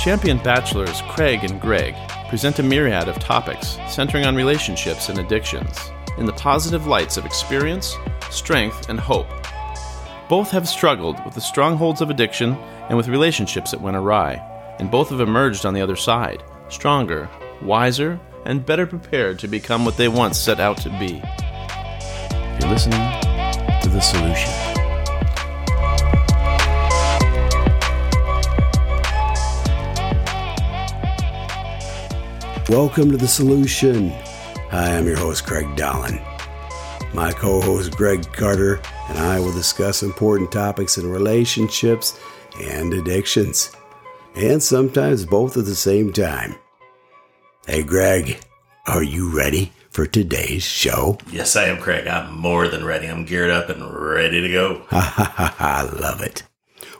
Champion bachelors Craig and Greg present a myriad of topics centering on relationships and addictions in the positive lights of experience, strength, and hope. Both have struggled with the strongholds of addiction and with relationships that went awry, and both have emerged on the other side, stronger, wiser, and better prepared to become what they once set out to be. You're listening to The Solution. Welcome to The Solution. Hi, I'm your host, Craig Dolan. My co host, Greg Carter, and I will discuss important topics in relationships and addictions, and sometimes both at the same time. Hey, Greg, are you ready for today's show? Yes, I am, Craig. I'm more than ready. I'm geared up and ready to go. Ha ha ha ha, love it.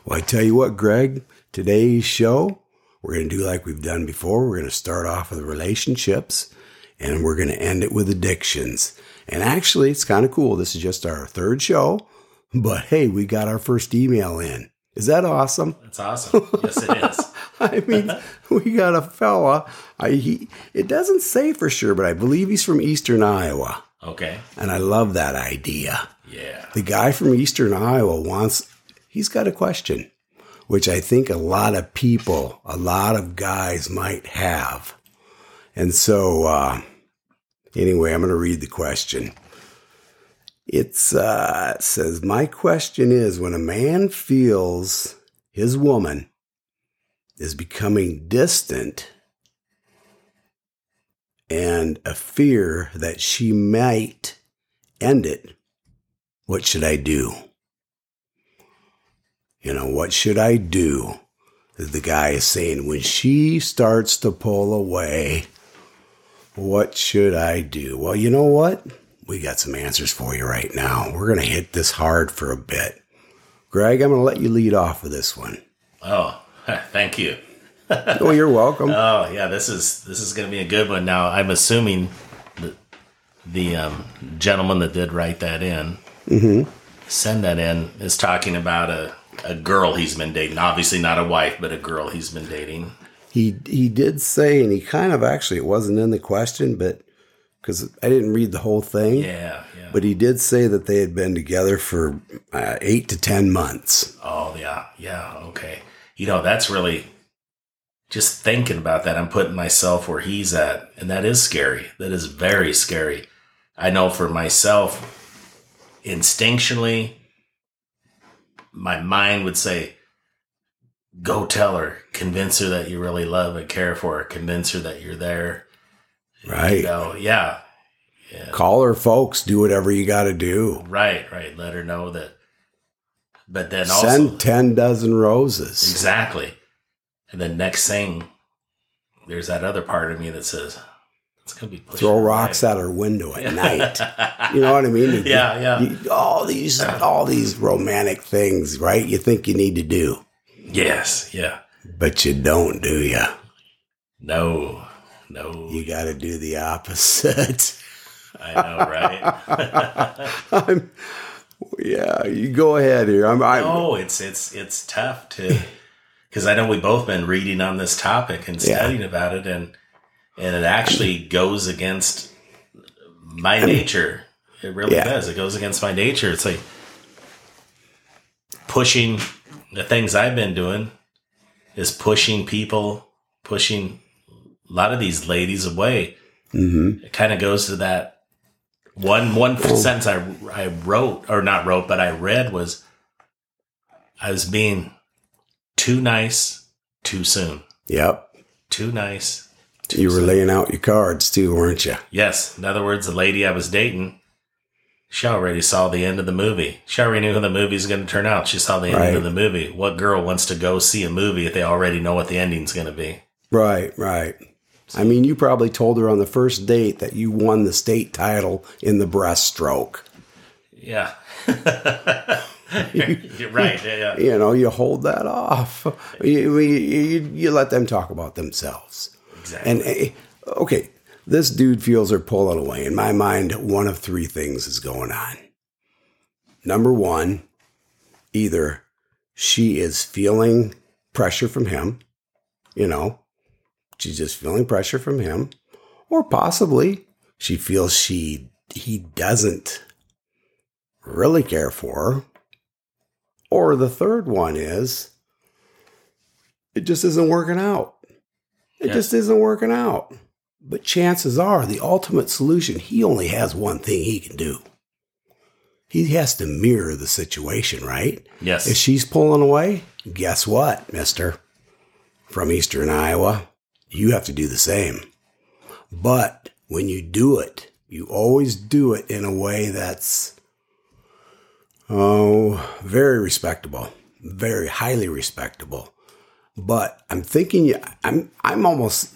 Well, I tell you what, Greg, today's show, we're going to do like we've done before. We're going to start off with relationships and we're going to end it with addictions. And actually, it's kind of cool. This is just our third show, but hey, we got our first email in. Is that awesome? That's awesome. Yes, it is. I mean, we got a fella. I, he, it doesn't say for sure, but I believe he's from Eastern Iowa. Okay. And I love that idea. Yeah. The guy from Eastern Iowa wants, he's got a question, which I think a lot of people, a lot of guys might have. And so, uh, anyway, I'm going to read the question. It's, uh, it says, My question is when a man feels his woman is becoming distant and a fear that she might end it, what should I do? You know, what should I do? The guy is saying, when she starts to pull away, what should I do? Well, you know what? We got some answers for you right now. We're going to hit this hard for a bit. Greg, I'm going to let you lead off with this one. Oh, thank you. Oh, you're welcome. Oh, yeah. This is this is going to be a good one. Now, I'm assuming the, the um, gentleman that did write that in, mm-hmm. send that in, is talking about a a girl he's been dating. Obviously, not a wife, but a girl he's been dating. he he did say, and he kind of actually it wasn't in the question, but because I didn't read the whole thing, Yeah. Yeah. but he did say that they had been together for uh, eight to ten months. Oh yeah, yeah, okay. You know, that's really just thinking about that. I'm putting myself where he's at, and that is scary. That is very scary. I know for myself, instinctually, my mind would say, "Go tell her, convince her that you really love and care for her, convince her that you're there." Right, You know, yeah, call her, folks. Do whatever you got to do. right, right. Let her know that. But then also, Send ten dozen roses. Exactly. And then next thing, there's that other part of me that says, it's going to be pushing Throw rocks away." out her window at night. You know what I mean? Yeah, yeah. You- all these, all these romantic things, right? You think you need to do, Yes. Yeah. but you don't, do you? No. No. You got to do the opposite. I know, right? I'm, yeah, you go ahead here. I'm, I'm no, it's it's it's tough to because I know we both been reading on this topic and Yeah. studying about it, and and it actually goes against my nature. It really Yeah. does. It goes against my nature. It's like pushing the things I've been doing is pushing people, pushing a lot of these ladies away. Mm-hmm. It kind of goes to that one one sentence I I wrote or not wrote, but I read was I was being too nice too soon. yep. Too nice. You were laying out your cards too, weren't you? Yes. In other words, the lady I was dating, she already saw the end of the movie. She already knew how the movie's going to turn out. She saw the end Right. of the movie. What girl wants to go see a movie if they already know what the ending's going to be? Right, right. I mean, you probably told her on the first date that you won the state title in the breaststroke. Yeah. You're right. Yeah, yeah. You know, you hold that off. You, you, you, you let them talk about themselves. Exactly. And eh, okay, this dude feels her pulling away. In my mind, one of three things is going on. Number one, either she is feeling pressure from him, You know, she's just feeling pressure from him, or possibly she feels she he doesn't really care for her. Or the third one is it just isn't working out. It Yeah. just isn't working out. But chances are the ultimate solution, he only has one thing he can do. He has to mirror the situation, right? Yes. If she's pulling away, guess what, mister? From Eastern Iowa, you have to do the same. But when you do it, you always do it in a way that's, oh, very respectable, very highly respectable. But I'm thinking, you- I'm, I'm almost,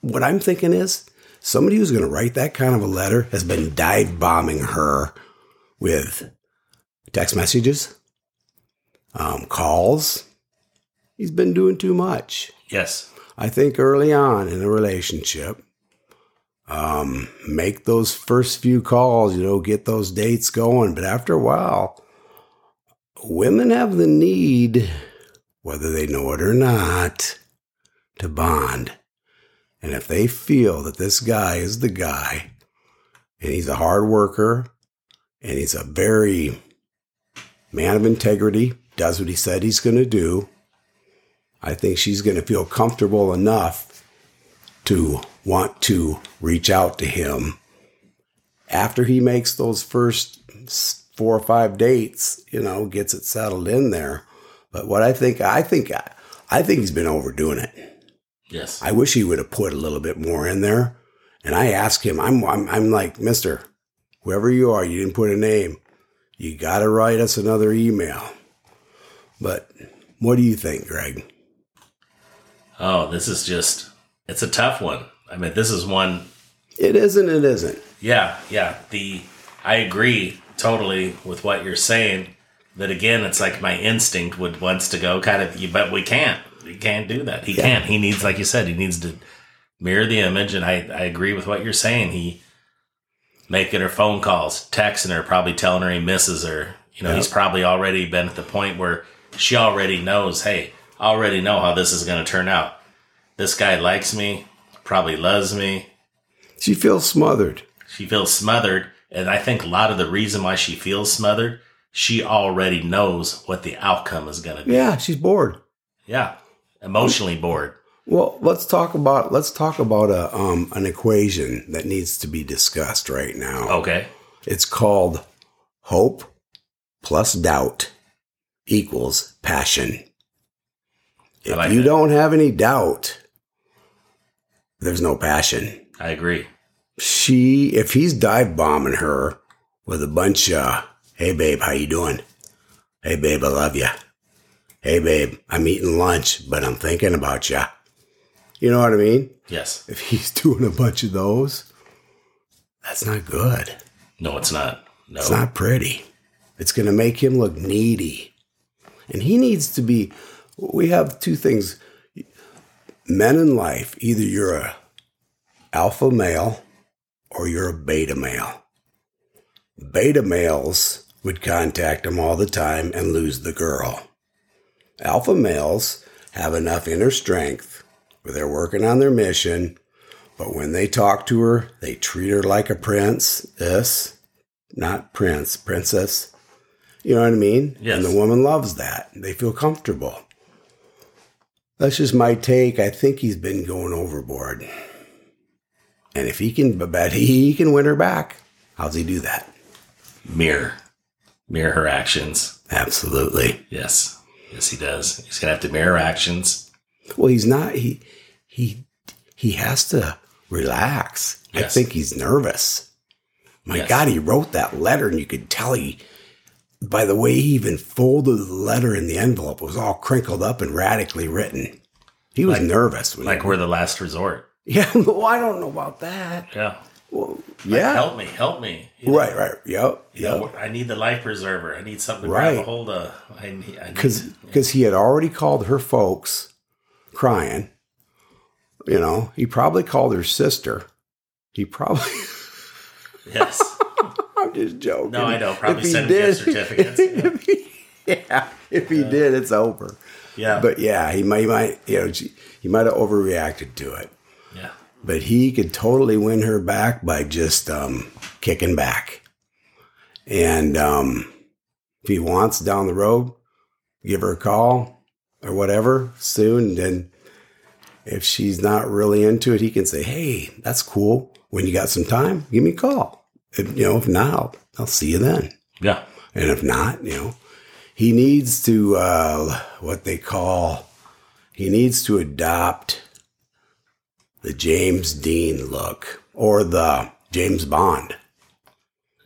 what I'm thinking is somebody who's going to write that kind of a letter has been dive bombing her with text messages, um, calls. He's been doing too much. yes. I think early on in a relationship, um, make those first few calls, you know, get those dates going. But after a while, women have the need, whether they know it or not, to bond. And if they feel that this guy is the guy, and he's a hard worker, and he's a very man of integrity, does what he said he's going to do, I think she's going to feel comfortable enough to want to reach out to him after he makes those first s- four or five dates, you know, gets it settled in there. But what I think, I think, I think he's been overdoing it. Yes. I wish he would have put a little bit more in there. And I asked him, I'm, I'm, I'm like, Mister, whoever you are, you didn't put a name. You got to write us another email. But what do you think, Greg? oh, this is just, it's a tough one. I mean, this is one It isn't. It isn't. Yeah, yeah. The I agree totally with what you're saying. That again, it's like my instinct would wants to go kind of, but we can't. We can't do that. He can't. He needs, like you said, he needs to mirror the image. And I, I agree with what you're saying. He making her phone calls, texting her, probably telling her he misses her. You know, he's probably already been at the point where she already knows. Hey, I already know how this is going to turn out. This guy likes me. Probably loves me. She feels smothered. She feels smothered, and I think a lot of the reason why she feels smothered, she already knows what the outcome is going to be. Yeah. Yeah, she's bored. emotionally bored. Well, let's talk about let's talk about a um, an equation that needs to be discussed right now. Okay, It's called hope plus doubt equals passion. I If like you that. don't have any doubt, there's no passion. I agree. she if he's dive bombing her with a bunch of hey babe how you doing hey babe i love you hey babe i'm eating lunch but i'm thinking about you you know what i mean Yes. if he's doing a bunch of those that's not good No, it's not. No. it's not pretty it's going to make him look needy and he needs to be we have two things men in life either you're a alpha male or you're a beta male beta males would contact him all the time and lose the girl alpha males have enough inner strength where they're working on their mission but when they talk to her they treat her like a prince this not prince princess you know what i mean Yes. and the woman loves that they feel comfortable that's just my take. I think he's been going overboard. And if he can, but he can win her back. How's he do that? Mirror. Mirror her actions. Absolutely. Yes. Yes, he does. He's going to have to mirror actions. Well, he's not. He he he has to relax. I Yes. think he's nervous. My Yes. God, he wrote that letter, and you could tell he. By the way, he even folded the letter in the envelope. It was all crinkled up and radically written. He was nervous. when he- Like we're the last resort. yeah, well, I don't know about that. Yeah. Well, Like, yeah, help me. Help me. You know, Right, right. Yep. you know, Yep. I need the life preserver. I need something to grab Right. a hold of. I need. I need- Because he had already called her folks crying. You know, he probably called her sister. He probably, yes. I'm just joking. No, I know. Probably If he sent him gift did- certificates. if he- yeah. If he did, it's over. Yeah. But yeah, he might, he might, you know, he might have overreacted to it. yeah. But he could totally win her back by just um, kicking back. And um, if he wants down the road, give her a call or whatever soon. Then if she's not really into it, he can say, "Hey, that's cool. When you got some time, give me a call. If, you know, if not, I'll, I'll see you then." Yeah. And if not, you know, he needs to uh, what they call he needs to adopt the James Dean look or the James Bond.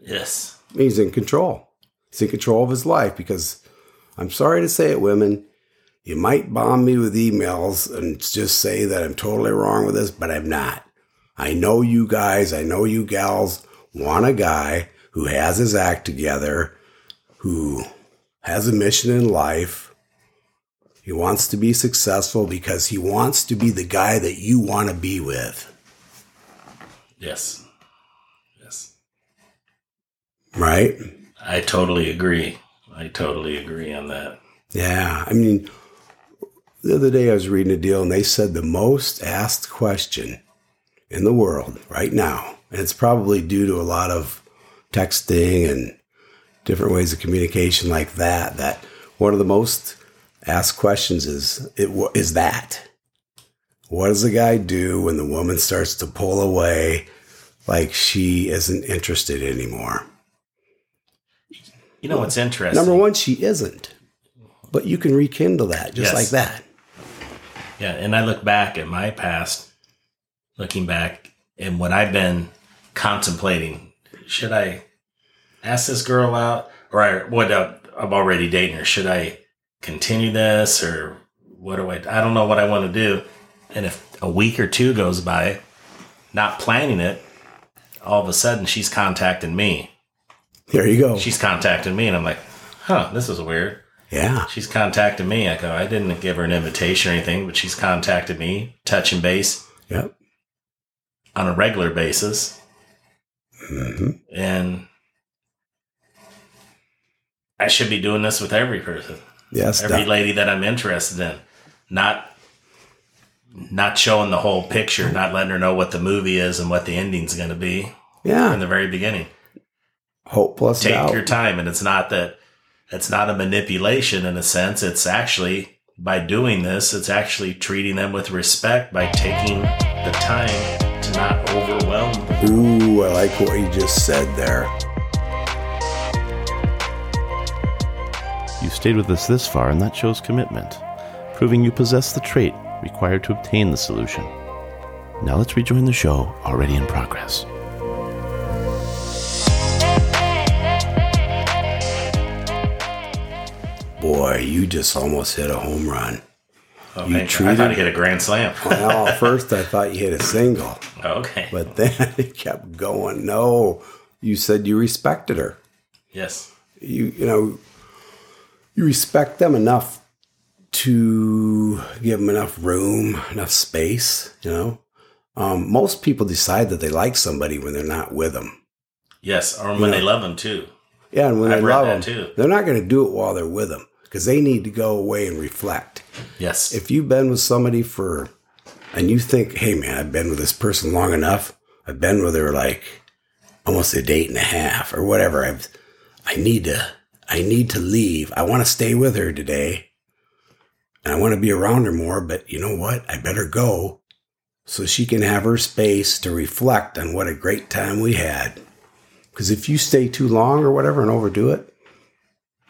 Yes. He's in control. He's in control of his life because I'm sorry to say it, women. You might bomb me with emails and just say that I'm totally wrong with this, but I'm not. I know you guys, I know you gals want a guy who has his act together, who has a mission in life. He wants to be successful because he wants to be the guy that you want to be with, Yes. Yes. right? I totally agree. I totally agree on that. Yeah, I mean, the other day I was reading a deal and they said the most asked question in the world right now, and it's probably due to a lot of texting and different ways of communication like that, that one of the most asked questions is it wa- is that what does the guy do when the woman starts to pull away like she isn't interested anymore? You know what's interesting? Number one, she isn't, but you can rekindle that just Yes. like that. Yeah, and I look back at my past, looking back and what I've been contemplating. Should I ask this girl out, or I, what? Uh, I'm already dating her. Should I continue this, or what do I? I don't know what I want to do. And if a week or two goes by, not planning it, all of a sudden she's contacting me. There you go. She's contacting me, and I'm like, "Huh, this is weird." Yeah. She's contacted me. I go, I didn't give her an invitation or anything, but she's contacted me, touching base Yep. on a regular basis. hmm And I should be doing this with every person, Yes. every Doc. lady that I'm interested in. Not not showing the whole picture, not letting her know what the movie is and what the ending's going to be from yeah. the very beginning. Hope plus Take doubt. your time, and it's not that it's not a manipulation in a sense. It's actually by doing this, it's actually treating them with respect by taking the time to not overwhelm them. Ooh, I like what you just said there. You've stayed with us this far, and that shows commitment, proving you possess the trait required to obtain the solution. Now let's rejoin the show already in progress. Boy, you just almost hit a home run. Oh, You thank God. I treated- thought he hit a grand slam. Well, at first I thought you hit a single, okay. but then it kept going. No, you said you respected her. yes. you you know you respect them enough to give them enough room enough space you know um, most people decide that they like somebody when they're not with them Yes. Or when they love him too. yeah and when I've they read love that them too. they're not going to do it while they're with them because they need to go away and reflect Yes. if you've been with somebody for and you think hey man i've been with this person long enough i've been with her like almost a date and a half or whatever i've i need to i need to leave i want to stay with her today and i want to be around her more but you know what i better go so she can have her space to reflect on what a great time we had because if you stay too long or whatever and overdo it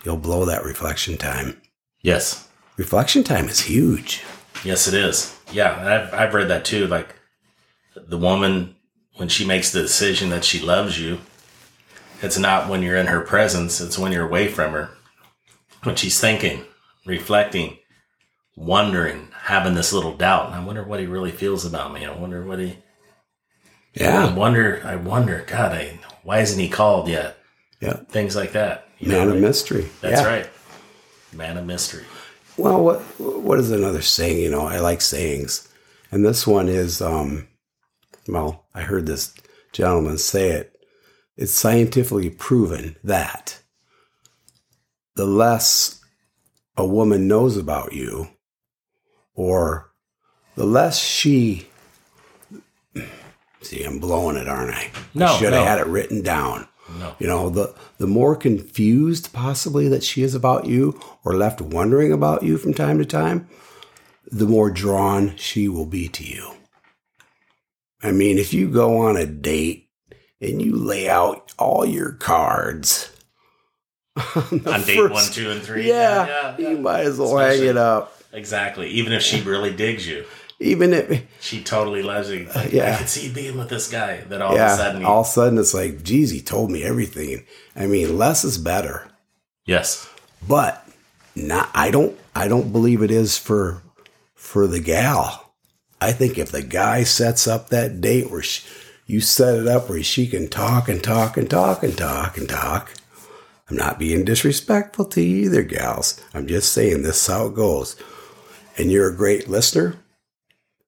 you'll blow that reflection time yes. reflection time is huge Yes, it is. Yeah. I've, I've read that too. Like the woman, when she makes the decision that she loves you, it's not when you're in her presence, it's when you're away from her. When she's thinking, reflecting, wondering, having this little doubt. I wonder what he really feels about me. I wonder what he, I Yeah. wonder, I wonder, God, I, why isn't he called yet? Yeah. Things like that. You Man know, of mystery. That's Yeah. right. Man of mystery. Well, what what is another saying? You know, I like sayings. And this one is um well, I heard this gentleman say it. It's scientifically proven that the less a woman knows about you, or the less she. See, I'm blowing it, aren't I? No, I should no. have had it written down. No. You know, the the more confused possibly that she is about you, or left wondering about you from time to time, the more drawn she will be to you. I mean, if you go on a date and you lay out all your cards on, the On date first- one, two, and three. yeah, yeah, you yeah. might as well Especially- hang it up. Exactly. Even if she really digs you, Even if, she totally loves you. Uh, yeah. I could see you being with this guy. That all of yeah, a sudden, you, all of a sudden it's like, geez, he told me everything. I mean, less is better. yes, but not i don't i don't believe it is for for the gal i think if the guy sets up that date where she, you set it up where she can talk and talk and talk and talk and talk i'm not being disrespectful to you either gals i'm just saying this is how it goes and you're a great listener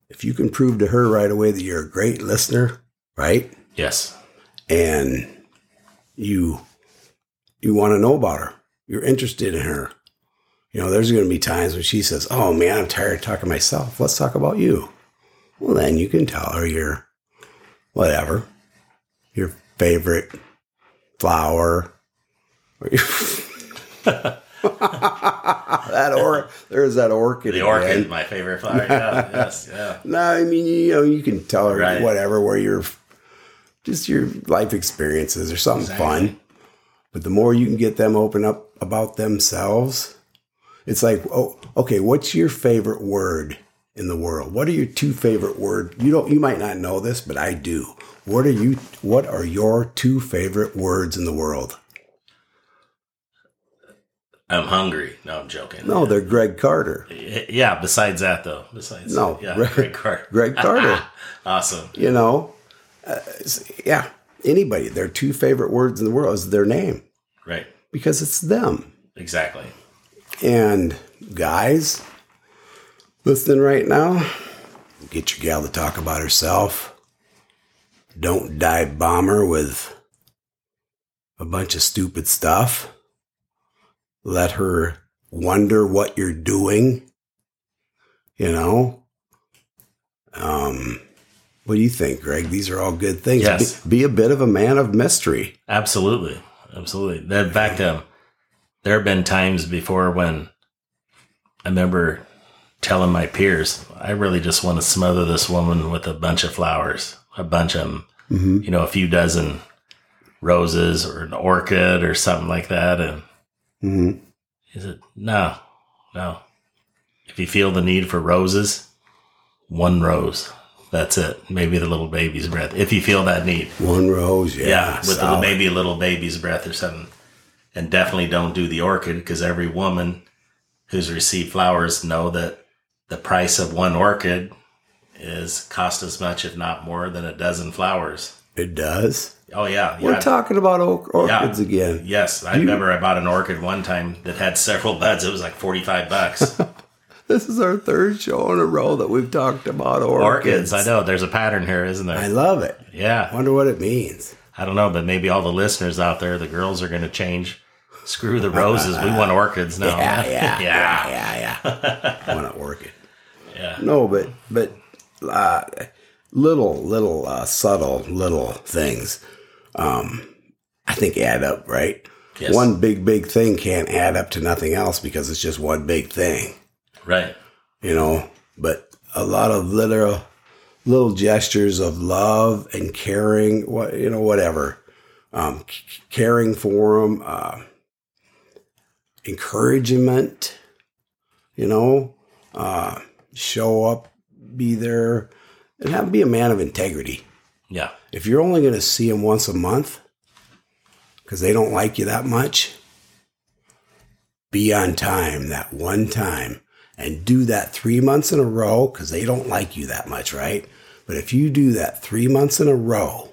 if you can prove to her right away that you're a great listener right yes, and you you want to know about her. You're interested in her. You know, there's going to be times when she says, "Oh man, I'm tired of talking to myself. Let's talk about you." Well, then you can tell her your whatever, your favorite flower, or your that or there's that orchid. the again. orchid, my favorite flower. Yeah, yes, yeah. No, I mean you know you can tell her Right. whatever where your just your life experiences or something Exactly. fun. But the more you can get them open up about themselves, it's like oh okay, what's your favorite word in the world? What are your two favorite word? You don't you might not know this, but I do. What are you what are your two favorite words in the world? I'm hungry. No, I'm joking. No, they're Greg Carter. Yeah. Besides that, though. Besides. No, Yeah. Greg- Great card. Greg Carter. Awesome. you know uh, it's- yeah anybody their two favorite words in the world is their name Right. because it's them Exactly. and guys listening right now get your gal to talk about herself don't dive bomb her with a bunch of stupid stuff let her wonder what you're doing you know um what do you think greg these are all good things Yes. be, be a bit of a man of mystery Absolutely. Absolutely. That- In fact, um, there have been times before when I remember telling my peers, I really just want to smother this woman with a bunch of flowers, a bunch of 'em, Mhm. you know, a few dozen roses or an orchid or something like that. And hmm he said, no, no. If you feel the need for roses, one rose. That's it. Maybe the little baby's breath. If you feel that need. one rose yeah, Yeah, with a little, solid. maybe a little baby's breath or something. And definitely don't do the orchid because every woman who's received flowers know that the price of one orchid is cost as much, if not more, than a dozen flowers. it does Oh yeah, yeah. We're talking about oak orchids Yeah. again. yes, I remember I bought an orchid one time that had several buds. It was like forty-five bucks. This is our third show in a row that we've talked about orchids. Orchids, I know. There's a pattern here, isn't there? I love it. yeah. Wonder what it means. I don't know, but maybe all the listeners out there, the girls are going to change. Screw the roses. We want orchids now. Yeah, yeah, yeah. yeah, yeah. I want an orchid. Yeah. No, but but uh, little little uh, subtle little things. Um, I think add up, right? Yes. One big big thing can't add up to nothing else because it's just one big thing. Right. you know, but a lot of little little gestures of love and caring, what you know, whatever, um, c- c- caring for them, uh, encouragement, you know, uh, show up, be there, and have be a man of integrity. Yeah. If you're only going to see them once a month because they don't like you that much, be on time that one time and do that three months in a row because they don't like you that much, right? But if you do that three months in a row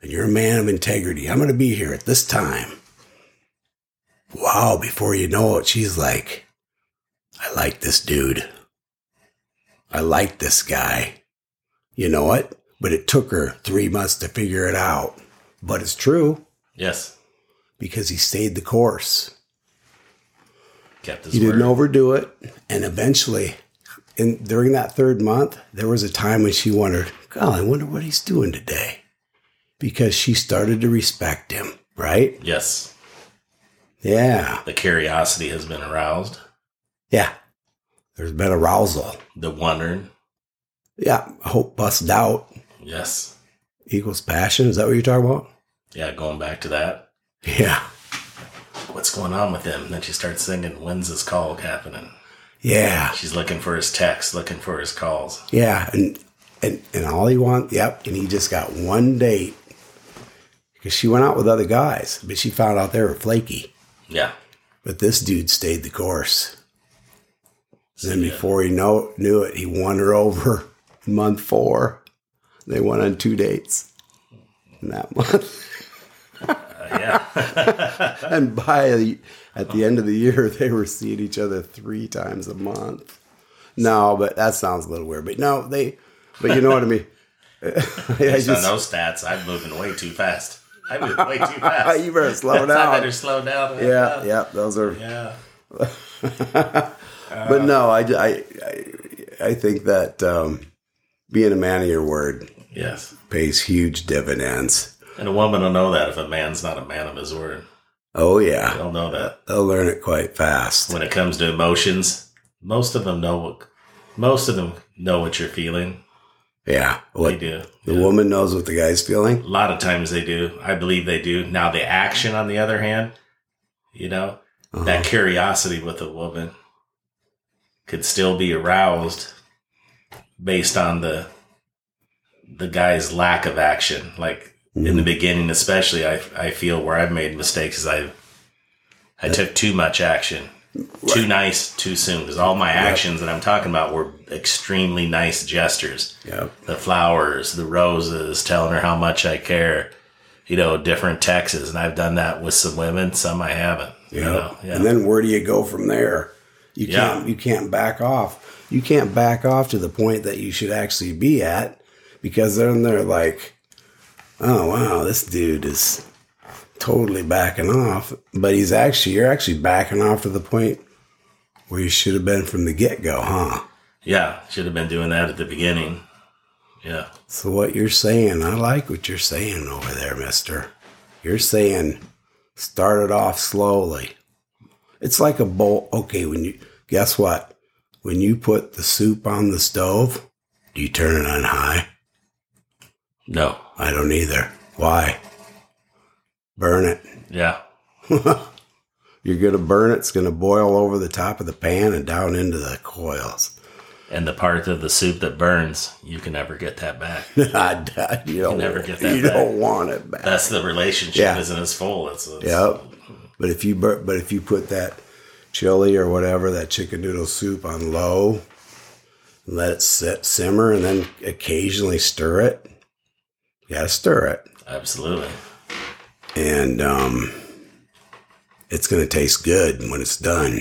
and you're a man of integrity, I'm going to be here at this time. Wow, before you know it, she's like, I like this dude. I like this guy. You know what? But it took her three months to figure it out. But it's true Yes. because he stayed the course. kept his He didn't word. overdo it, and eventually, in during that third month, there was a time when she wondered, "God, I wonder what he's doing today," because she started to respect him. Right? Yes. Yeah, The curiosity has been aroused, yeah. There's been arousal. the wondering. Yeah, hope bust out Yes. equals passion. Is that what you're talking about? Yeah, going back to that. Yeah, What's going on with him? And then she starts singing, When's this call happening? yeah. She's looking for his texts, looking for his calls. Yeah, and and and all he want, yep, and he just got one date because she went out with other guys, but she found out they were flaky. Yeah. But this dude stayed the course. Then Yeah. before he know, knew it, he won her over in month four. They went on two dates in that month, Uh, yeah. and by the, at the end of the year, they were seeing each other three times a month. No, but that sounds a little weird. But no, they, but you know what I mean. I Based on those stats, I'm moving way too fast. I'm moving way too fast. you better slow So I down. better slow down. Yeah, yeah, those are. Yeah. But no, I, I, I, I think that um, being a man of your word Yes. pays huge dividends. And a woman will know that if a man's not a man of his word. Oh yeah, They'll know that. they'll learn it quite fast. When it comes to emotions, most of them know what most of them know what you're feeling. Yeah, They what do. the Yeah. woman knows what the guy's feeling. A lot of times they do. I believe they do. Now the action on the other hand, you know, that curiosity with a woman could still be aroused based on the the guy's lack of action. Like in the beginning especially I I feel where I've made mistakes is I I took too much action. Too nice too soon. Because all my actions that I'm talking about were extremely nice gestures Yeah, the flowers, the roses, telling her how much I care. You know, different texts, and I've done that with some women, some I haven't. You know, yeah. And then where do you go from there? You Yeah. can't. You can't back off. You can't back off to the point that you should actually be at, because then they're like, "Oh wow, this dude is totally backing off," but he's actually you're actually backing off to the point where you should have been from the get go, huh? yeah, should have been doing that at the beginning. Yeah, So what you're saying, I like what you're saying over there, mister. You're saying start it off slowly. It's like a bowl. Okay, when you guess what? When you put the soup on the stove, do you turn it on high? no, I don't either. Why? Burn it. yeah, You're going to burn it. It's going to boil over the top of the pan and down into the coils. and the part of the soup that burns, you can never get that back. I, I- you don't, never get that you back. don't want it back. That's the relationship Yeah. isn't as full. It's, it's Yep. But if you bur- but if you put that chili or whatever that chicken noodle soup on low, and let it sit simmer, and then occasionally stir it. You gotta stir it, absolutely. and um, it's gonna taste good when it's done.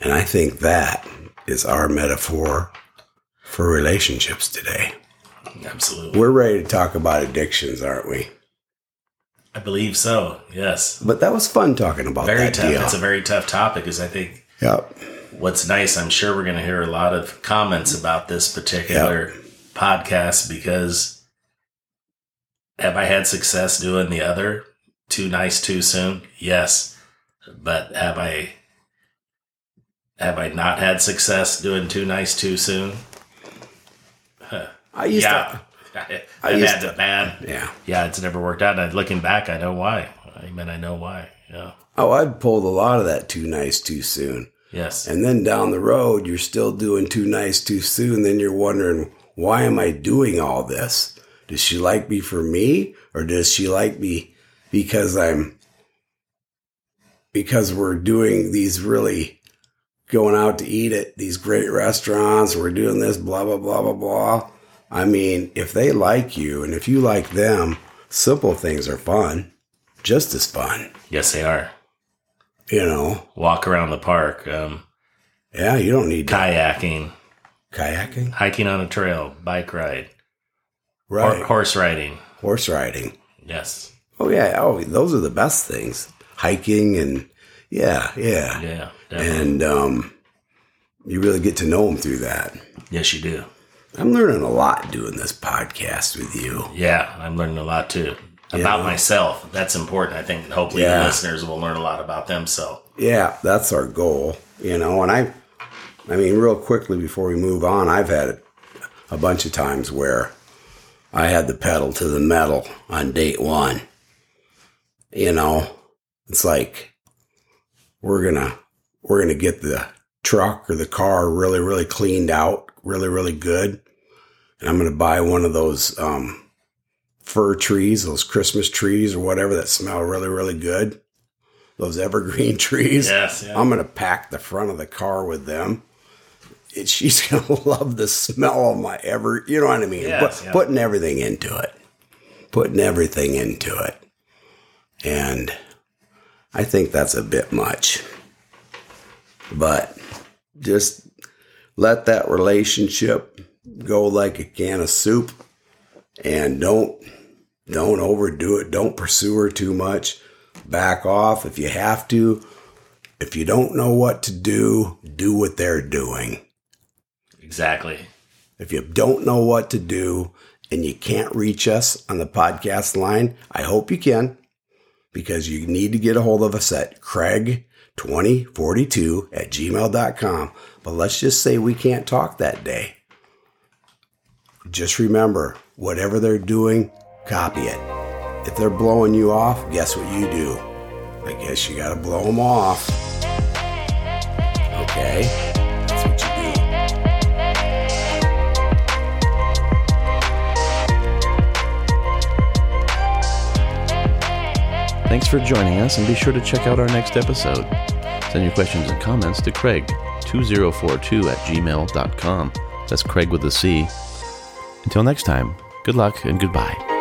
And I think that is our metaphor for relationships today. Absolutely. We're ready to talk about addictions, aren't we? I believe so. Yes. But that was fun talking about Very that tough. deal. It's a very tough topic because I think yep. what's nice, I'm sure we're going to hear a lot of comments about this particular podcast because have I had success doing the other too nice too soon? Yes. But have I have I not had success doing too nice too soon? I used yeah. to. I, I have used had the bad. Yeah. Yeah, it's never worked out. And looking back, I know why. I mean, I know why. Yeah. Oh, I've pulled a lot of that too nice too soon. Yes. And then down the road, you're still doing too nice too soon. Then you're wondering, why am I doing all this? Does she like me for me or does she like me because I'm, because we're doing these really going out to eat at these great restaurants? We're doing this, blah, blah, blah, blah, blah. I mean, if they like you and if you like them, simple things are fun, just as fun, Yes, they are. you know? Walk around the park, um, Yeah, you don't need kayaking, kayaking, hiking on a trail, bike ride, or right? horse riding. Horse riding. Yes. Oh yeah, oh those are the best things. Hiking and Yeah, yeah. Yeah. Definitely. And um, you really get to know them through that. Yes, you do. I'm learning a lot doing this podcast with you. Yeah, I'm learning a lot too about myself. That's important. I think and hopefully the Yeah. listeners will learn a lot about themselves. Yeah, that's our goal, you know. And I, I mean, real quickly before we move on, I've had it a bunch of times where I had the pedal to the metal on date one. You know, it's like we're gonna we're gonna get the truck or the car really really cleaned out, really really good, and I'm gonna buy one of those um, fir trees, those Christmas trees or whatever that smell really really good, those evergreen trees. Yes. Yeah. I'm going to pack the front of the car with them. And she's going to love the smell of my ever, you know what I mean? Yes, Put- yeah. Putting everything into it, putting everything into it. And I think that's a bit much. But just let that relationship go like a can of soup and don't don't overdo it don't pursue her too much back off if you have to if you don't know what to do, do what they're doing. exactly. If you don't know what to do and you can't reach us on the podcast line, I hope you can because you need to get a hold of us at craig2042 at gmail.com. But let's just say we can't talk that day. Just remember whatever they're doing, copy it. If they're blowing you off, guess what you do? I guess you got to blow them off. Okay? That's what you do. Thanks for joining us, and be sure to check out our next episode. Send your questions and comments to Craig2042 at gmail.com. That's Craig with a C. Until next time, good luck and goodbye.